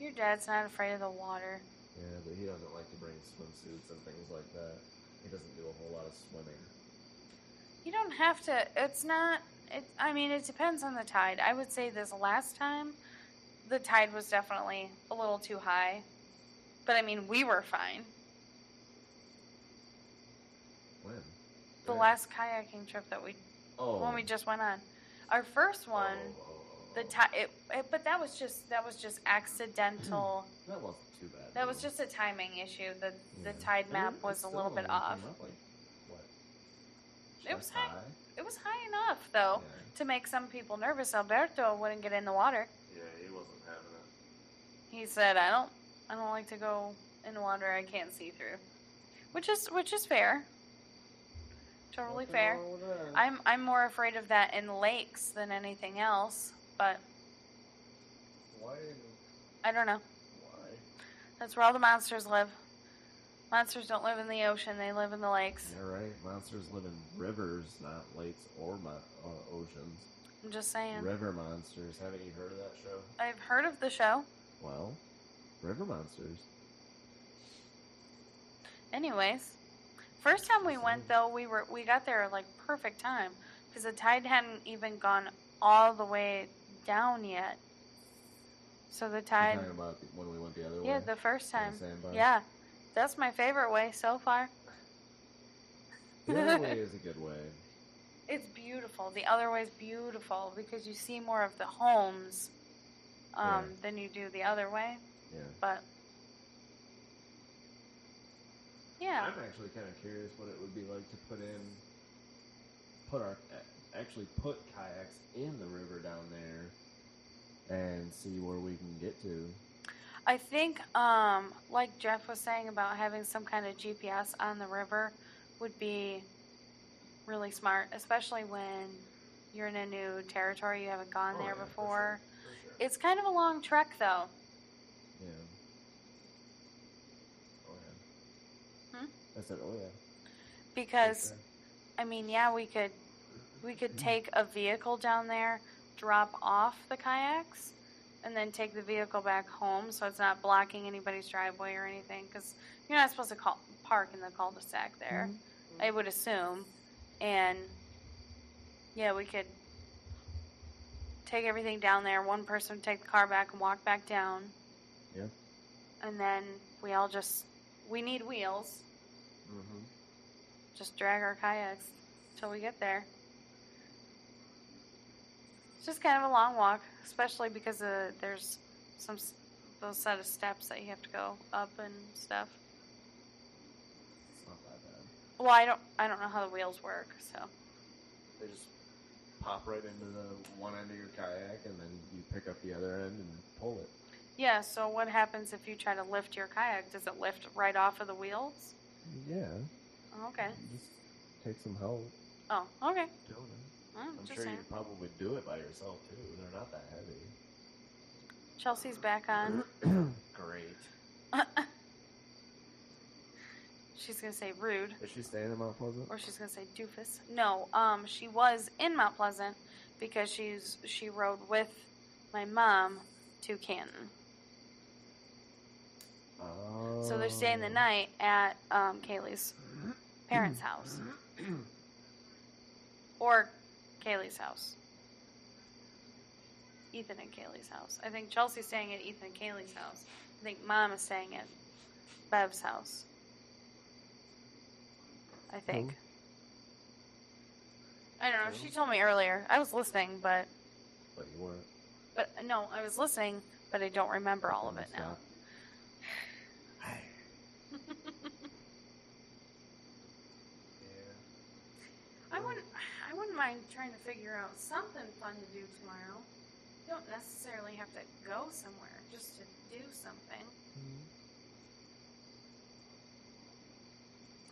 S1: Your dad's not afraid of the water.
S2: Yeah, but he doesn't like to bring swimsuits and things like that. He doesn't do a whole lot of swimming.
S1: You don't have to. It's not. It. I mean, it depends on the tide. I would say this last time, the tide was definitely a little too high, but I mean, we were fine.
S2: When?
S1: The
S2: Where?
S1: last kayaking trip that we,
S2: oh.
S1: when we just went on, our first one,
S2: Oh, oh, oh,
S1: the
S2: oh.
S1: tide. It, it, but that was just that was just accidental.
S2: That wasn't too bad.
S1: that was
S2: though.
S1: just a timing issue. The the
S2: Hmm. Yeah.
S1: tide
S2: And
S1: map
S2: it-
S1: was
S2: it
S1: a
S2: still
S1: little bit
S2: only
S1: off.
S2: came up, like, what,
S1: It was
S2: chest
S1: high. It was high enough though
S2: Yeah.
S1: to make some people nervous. Alberto wouldn't get in the water.
S3: he wasn't having it.
S1: He said, "I don't, I don't like to go in water I can't see through," which is which is fair. Totally
S2: Nothing
S1: fair.
S2: wrong with that.
S1: I'm I'm more afraid of that in lakes than anything else. But
S2: Why
S1: I don't know.
S3: Why?
S1: That's where all the monsters live. Monsters don't live in the ocean; they live in the lakes.
S2: You're right. Monsters live in rivers, not lakes or mo- uh, oceans.
S1: I'm just saying.
S2: River monsters. Haven't you heard of that show?
S1: I've heard of the show.
S2: Well, river monsters.
S1: Anyways, first time we went though, we were we got there like perfect time because the tide hadn't even gone all the way down yet. So the
S2: You're
S1: tide,
S2: talking about the, when we went the other way.
S1: yeah, the first
S2: to the
S1: time,
S2: sandbar?
S1: yeah, that's my favorite way so far.
S2: The other
S1: *laughs*
S2: way is a good way.
S1: It's beautiful. The other way is beautiful because you see more of the homes um,
S2: Yeah.
S1: than you do the other way.
S2: Yeah.
S1: But yeah,
S2: I'm actually kind of curious what it would be like to put in, put our, actually put kayaks in the river down there, and see where we can get to.
S1: I think um, like Jeff was saying about having some kind of GPS on the river would be really smart, especially when you're in a new territory you haven't gone
S2: Oh,
S1: there
S2: yeah, for
S1: before.
S3: For sure.
S1: It's kind of a long trek though.
S2: Yeah. Oh yeah.
S1: Hmm?
S2: I said, oh yeah.
S1: because I mean, yeah, we could we could
S2: Mm-hmm.
S1: take a vehicle down there, drop off the kayaks, and then take the vehicle back home so it's not blocking anybody's driveway or anything cuz you're not supposed to call, park in the cul-de-sac there. I would assume. And yeah, we could take everything down there. One person would take the car back and walk back down.
S2: Yeah.
S1: And then we all just we need wheels
S2: Mm-hmm.
S1: just drag our kayaks till we get there. It's just kind of a long walk, especially because uh, there's some s- those set of steps that you have to go up and stuff.
S2: It's not that bad.
S1: Well, I don't I don't know how the wheels work, so
S2: They just pop right into the one end of your kayak, and then you pick up the other end and pull it.
S1: yeah. So what happens if you try to lift your kayak? Does it lift right off of the wheels?
S2: Yeah.
S1: Oh, Okay.
S2: Just take some help
S1: Oh, okay.
S2: doing it.
S1: Well,
S2: I'm
S1: Hmm, just
S2: sure you
S1: saying.
S2: could probably do it by yourself too. They're not that heavy.
S1: Chelsea's back
S2: Mm-hmm.
S1: on.
S2: *clears throat* Great.
S1: She's gonna say rude.
S2: Is she staying in Mount Pleasant?
S1: or she's gonna say doofus. No, um, she was in Mount Pleasant because she's she rode with my mom to Canton,
S2: Oh.
S1: so they're staying the night at um, Kaylee's parents' house or Kaylee's house. Ethan and Kaylee's house. I think Chelsea's staying at Ethan and Kaylee's house. I think Mom is staying at Bev's house. I think. I don't know. She told me earlier. I was listening, but
S2: *clears throat* But you weren't.
S1: But no, I was listening, but I don't remember all of it now.
S2: Hey.
S3: Yeah.
S1: I wouldn't. I wouldn't mind trying to figure out something fun to do tomorrow. You don't necessarily have to go somewhere just to do something.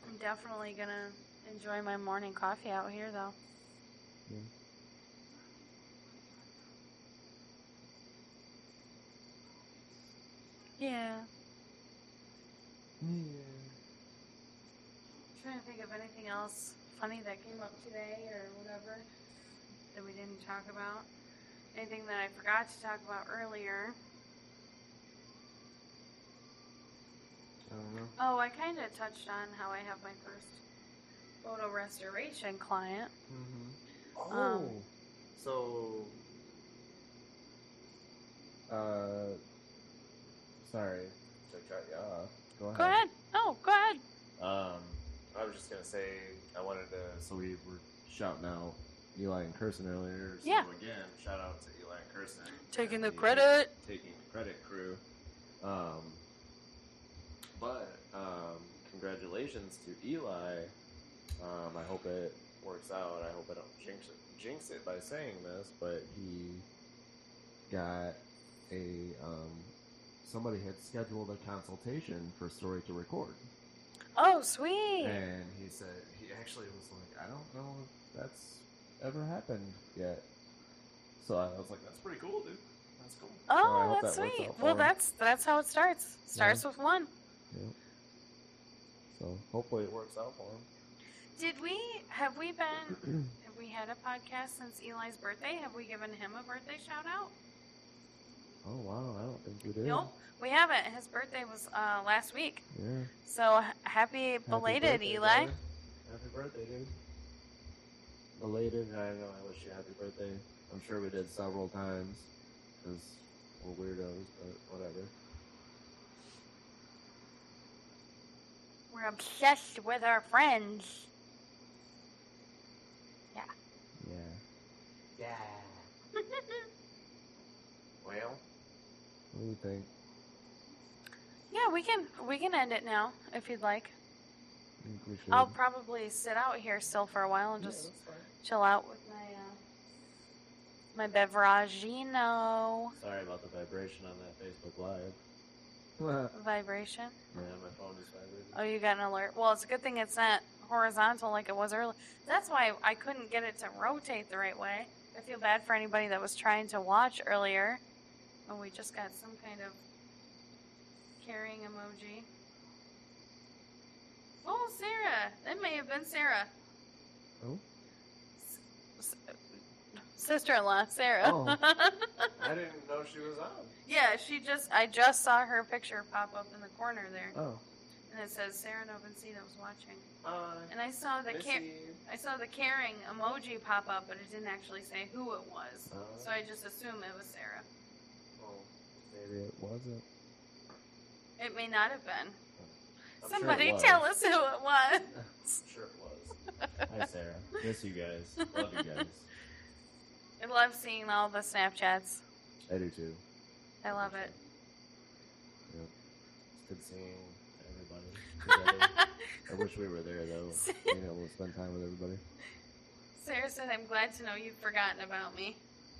S1: I'm definitely gonna enjoy my morning coffee out here, though.
S2: Yeah.
S1: Yeah. Trying to think of anything else funny that came up today or whatever that we didn't talk about. Anything that I forgot to talk about earlier.
S2: *laughs* I don't know.
S1: Oh, I kind of touched on how I have my first photo restoration client.
S2: Mm-hmm. Oh.
S1: Um,
S2: so. Uh. Sorry to cut you off. Go ahead.
S1: Go ahead. Oh, go ahead.
S2: Um, I was just gonna say I wanted to. So we were shouting out Eli and Kirsten earlier. So
S1: Yeah.
S2: Again, shout out to Eli and Kirsten.
S1: Taking
S2: and
S1: the credit.
S2: Taking the credit, crew. Um, but um, congratulations to Eli. Um, I hope it works out. I hope I don't jinx it, jinx it by saying this, but he got a um, somebody had scheduled a consultation for story to record.
S1: Oh, sweet.
S2: And he said he actually was like, I don't know if that's ever happened yet. So I was like, that's pretty cool, dude. I That's cool. I
S1: Oh,
S2: hope
S1: that's
S2: that works
S1: sweet.
S2: out for
S1: Well,
S2: him.
S1: that's that's how it starts. Starts with one.
S2: So hopefully it works out for
S1: Did we have we been *clears throat*
S2: him.
S1: have we had a podcast since Eli's birthday? Have we given him a birthday shout out?
S2: oh wow, I don't think we did.
S1: Nope, we haven't. His birthday was uh, last week,
S2: Yeah. Happy
S1: so h- happy belated,
S2: birthday,
S1: Eli.
S2: brother. Happy birthday, dude. Belated. I know. I wish you happy birthday. I'm sure we did several times because we're weirdos, but whatever.
S1: We're obsessed with our friends.
S2: Yeah.
S3: Yeah.
S2: *laughs*
S3: Well,
S2: What do you think?
S1: yeah, we can we can end it now if you'd like.
S2: I think we should.
S1: I'll probably sit out here still for a while and
S2: Yeah,
S1: just
S2: that's fine.
S1: chill out with my uh, my beveragino
S2: Sorry about the vibration on that Facebook Live. yeah,
S1: vibration.
S2: my phone is vibrating.
S1: Oh, you got an alert. Well, it's a good thing it's not horizontal like it was earlier. That's why I couldn't get it to rotate the right way. I feel bad for anybody that was trying to watch earlier. And we just got some kind of carrying emoji. Oh, Sarah. That may have been Sarah.
S2: Oh.
S1: S- s- Sister in law, Sarah.
S2: Oh. I didn't know she was on.
S1: *laughs* yeah, she just, I just saw her picture pop up in the corner there.
S2: Oh.
S1: And it says Sarah Novencino was watching.
S2: Hi.
S1: And I saw the
S2: Uh, Missy.
S1: car- I saw the caring emoji pop up, but it didn't actually say who it was.
S2: Oh.
S1: So I just assume it was Sarah.
S2: Well, maybe it wasn't.
S1: It may not have been.
S2: I'm sure it
S1: Somebody
S2: was.
S1: tell us who it was.
S2: I'm sure it was. Hi, Sarah. Miss you guys. Love you guys.
S1: *laughs* I love seeing all the Snapchats.
S2: I do too.
S1: I love it.
S2: Yep. It's good seeing everybody. together. I wish we were there though. Being able to spend time with everybody.
S1: *laughs* Sarah said, "I'm glad to know you've forgotten about me."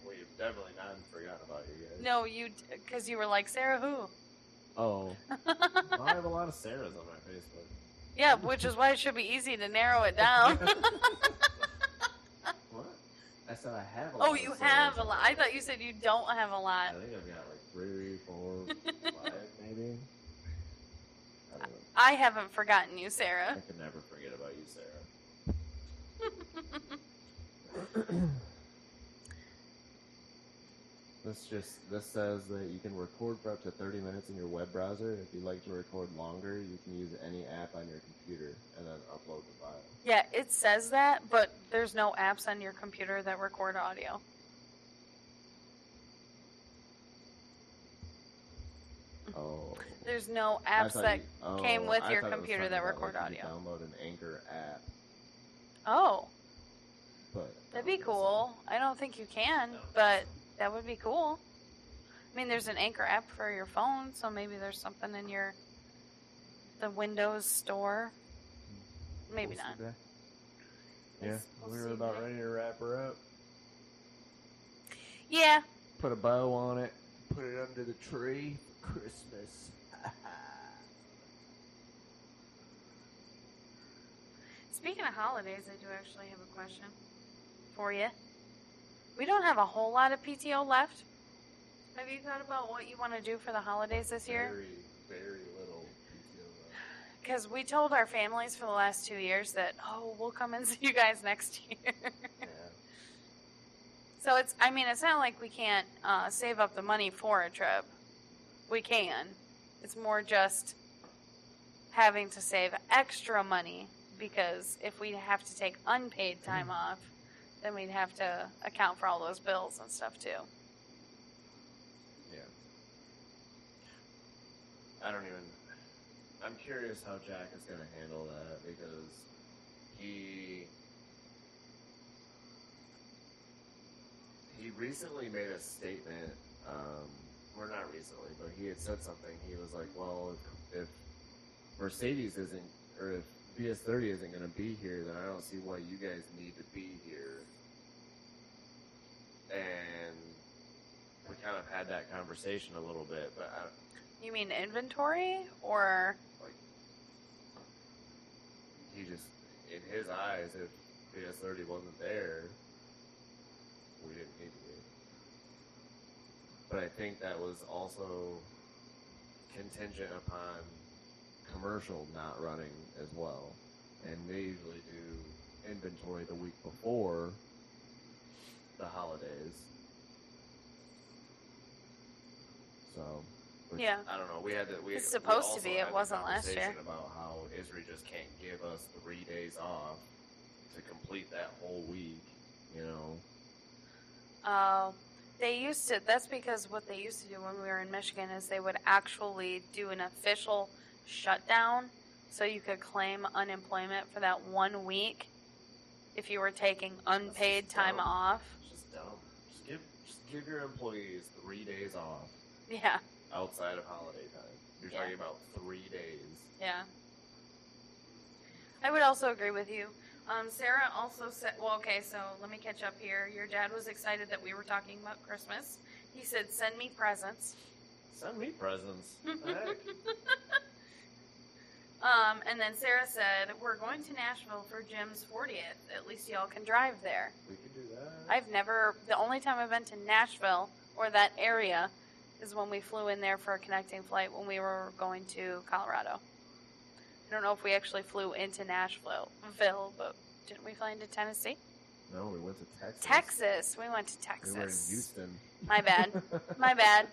S2: We've definitely not forgotten about you guys.
S1: No, you, because you were like Sarah who? *laughs*
S2: Oh. Well, I have a lot of Sarahs on my Facebook.
S1: Yeah, which is why it should be easy to narrow it *laughs* down.
S2: *laughs* What? I said I have a lot.
S1: oh,
S2: of
S1: you
S2: Sarahs
S1: have a
S2: on my
S1: lot. I
S2: Facebook.
S1: thought you said you don't have a
S2: I
S1: lot.
S2: think I've got like three, four,
S1: *laughs*
S2: five, maybe. I don't know.
S1: I haven't forgotten you,
S2: I
S1: Sarah. *laughs*
S2: can never forget about you, Sarah. *clears throat* this just this says that you can record for up to 30 minutes in your web browser. If you'd like to record longer, you can use any app on your computer and then upload the file.
S1: Yeah, it says that, but there's no apps on your computer that record audio.
S2: Oh.
S1: There's no
S2: I
S1: Mm-hmm. apps
S2: thought
S1: that.
S2: you- oh,
S1: came with
S2: I
S1: your
S2: thought it was
S1: computer
S2: talking
S1: that
S2: about,
S1: record
S2: like, you could
S1: audio.
S2: Download an Anchor app,
S1: Oh,
S2: but
S1: that'd be cool. I don't think you can, but that would be cool. I mean, there's an Anchor app for your phone, so maybe there's something in your the Windows store. Maybe
S2: Hmm. We'll
S1: not.
S2: see, Jack.
S1: We'll
S2: Yeah,
S1: s- we'll
S2: we were
S1: see,
S2: about
S1: Jack.
S2: ready to wrap her up.
S1: Yeah,
S2: Put a bow on it. Put it under the tree. for Christmas. *laughs*
S1: Speaking of holidays, I do actually have a question for you. We don't have a whole lot of PTO left. Have you thought about what you want to do for the holidays this year?
S2: Very, very little
S1: Because we told our families for the last two years that, oh, we'll come and see you guys next year. *laughs*
S2: PTO. left.
S1: so it's, I mean, it's not like we can't uh, save up the money for a trip. We can. It's more just having to save extra money because if we have to take unpaid time off, then we'd have to account for all those bills and stuff too.
S2: Yeah. I don't even. I'm curious how Jack is going to handle that because he. He recently made a statement. Um, or not recently, but he had said something. He was like, well, if, if Mercedes isn't, or if BS30 isn't going to be here, then I don't see why you guys need to be here. And we kind of had that conversation a little bit, but I,
S1: You mean inventory or
S2: he just, in his eyes, if PS30 wasn't there, we didn't need to be. but I think that was also contingent upon commercial not running as well. And they usually do inventory the week before the holidays. So, which,
S1: Yeah.
S2: I don't know. We had to. We,
S1: It's
S2: we
S1: supposed to
S2: also
S1: be. It
S2: had the
S1: wasn't last
S2: conversation
S1: year.
S2: About how Israel just can't give us three days off to complete that whole week. You know.
S1: Uh, they used to. That's because what they used to do when we were in Michigan is they would actually do an official shutdown, so you could claim unemployment for that one week if you were taking unpaid time
S2: dumb.
S1: off. *laughs*
S2: It's just dumb. Just give just give your employees three days off
S1: Yeah,
S2: outside of holiday time. You're
S1: Yeah.
S2: talking about three days.
S1: yeah. I would also agree with you. Um, Sarah also said, well, okay, so let me catch up here. Your dad was excited that we were talking about Christmas. He said, send me presents.
S2: Send
S1: *laughs*
S2: me presents. Heck.
S1: Um, and then Sarah said, "We're going to Nashville for Jim's 40th. At least y'all can drive there."
S2: we could do that.
S1: I've never. The only time I've been to Nashville or that area is when we flew in there for a connecting flight when we were going to Colorado. I don't know if we actually flew into Nashville, Ville, but didn't we fly into Tennessee?
S2: no, we went to Texas.
S1: Texas. We went to
S2: We were in
S1: Texas.
S2: Houston.
S1: My bad. My bad.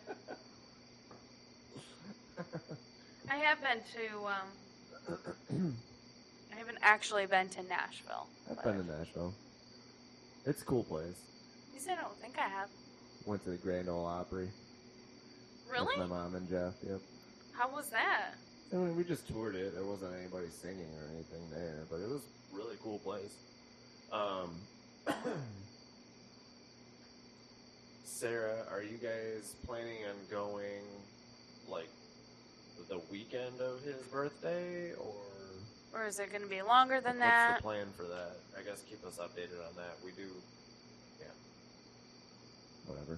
S2: *laughs*
S1: I have been to. Um, I haven't actually been to Nashville.
S2: I've
S1: but-
S2: been to Nashville. It's a cool place.
S1: You said I don't think I have.
S2: Went to the Grand Ole Opry
S1: Really?
S2: with my mom and Jeff. Yep.
S1: How was that?
S2: I mean, we just toured it. There wasn't anybody singing or anything there, but it was a really cool place. Um, *clears throat* Sarah, are you guys planning on going like the weekend of his birthday, or
S1: Or is it going to be longer than
S2: what's
S1: that?
S2: the plan for that? I guess keep us updated on that. We do, yeah, whatever.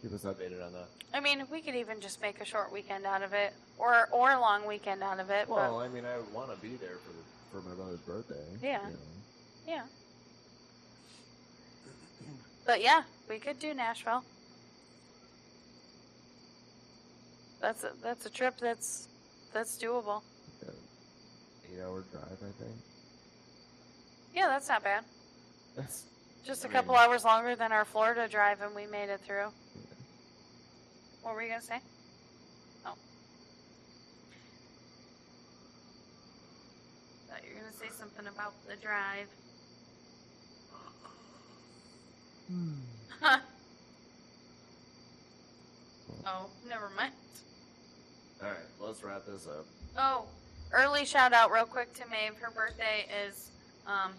S2: Keep us updated on that.
S1: I mean, we could even just make a short weekend out of it, or or a long weekend out of it.
S2: Well, I mean, I want to be there for for my brother's birthday.
S1: Yeah.
S2: you know.
S1: but, yeah. But yeah, we could do Nashville. That's a that's a trip that's that's doable.
S2: eight-hour drive, I *laughs* think.
S1: Yeah, that's not bad.
S2: That's
S1: Just a
S2: I
S1: couple
S2: mean-
S1: hours longer than our Florida drive, and we made it through. What were you gonna say? Oh, thought you were gonna say something about the drive. oh, never mind.
S2: All right, let's wrap this up.
S1: Oh, early shout out, real quick to Maeve. Her birthday is um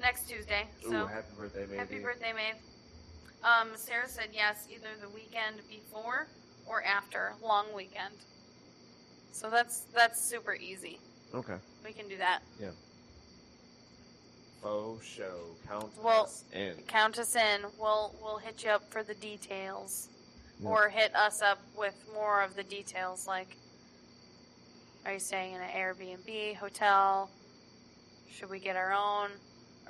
S1: next Tuesday,
S2: Ooh,
S1: so
S2: happy birthday, baby.
S1: Happy birthday, Maeve. Um, Sarah said yes, either the weekend before or after, long weekend. So that's that's super easy.
S2: Okay.
S1: We can do that.
S2: Faux show. Count
S1: Well,
S2: us in.
S1: Count us in. We'll we'll hit you up for the details,
S2: Yeah.
S1: or hit us up with more of the details. Like, are you staying in an Airbnb hotel? Should we get our own?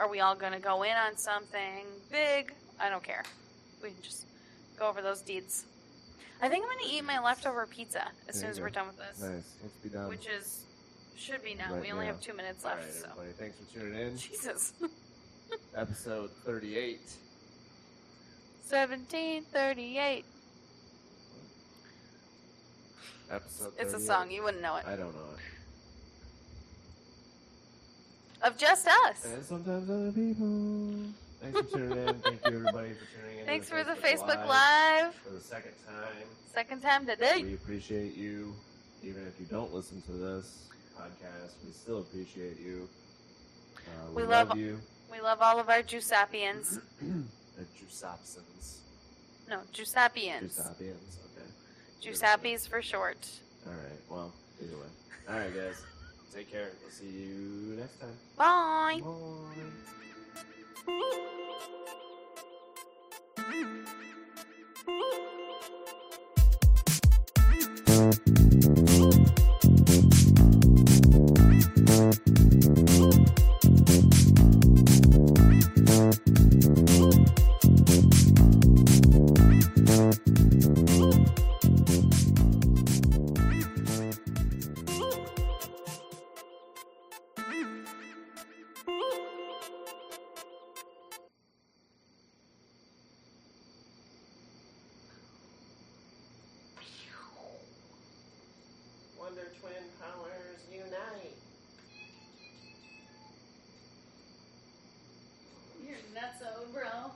S1: Are we all going to go in on something big? I don't care. We can just go over those deeds. I think I'm going to eat my leftover pizza as
S2: There
S1: soon
S2: you
S1: as
S2: go.
S1: we're done with this,
S2: Nice. Let's be done.
S1: which is should be now.
S2: Right
S1: we only
S2: now.
S1: have two minutes
S2: All
S1: left.
S2: right,
S1: so
S2: everybody. Thanks for tuning in.
S1: *laughs* Jesus.
S2: Episode 38.
S1: 1738.
S2: Episode 38.
S1: It's a song. You wouldn't know it.
S2: I don't know. it.
S1: Of just us.
S2: And sometimes other people. Thanks for tuning in. Thank you, everybody, for tuning in.
S1: Thanks
S2: to
S1: for the Facebook Live.
S2: For the second time.
S1: Second time today.
S2: We appreciate you. Even if you don't listen to this podcast, we still appreciate you. Uh, we,
S1: We
S2: love,
S1: love-
S2: you.
S1: We love all of our Jusapians.
S2: *clears throat* the Jusopsons.
S1: No, Jusapians.
S2: Jusopians, okay.
S1: Jusapies for short.
S2: Alright, well, either way. Alright, guys. Take care. We'll see you next time.
S1: Bye.
S2: Bye.
S4: twin powers unite.
S1: You're nuts, bro.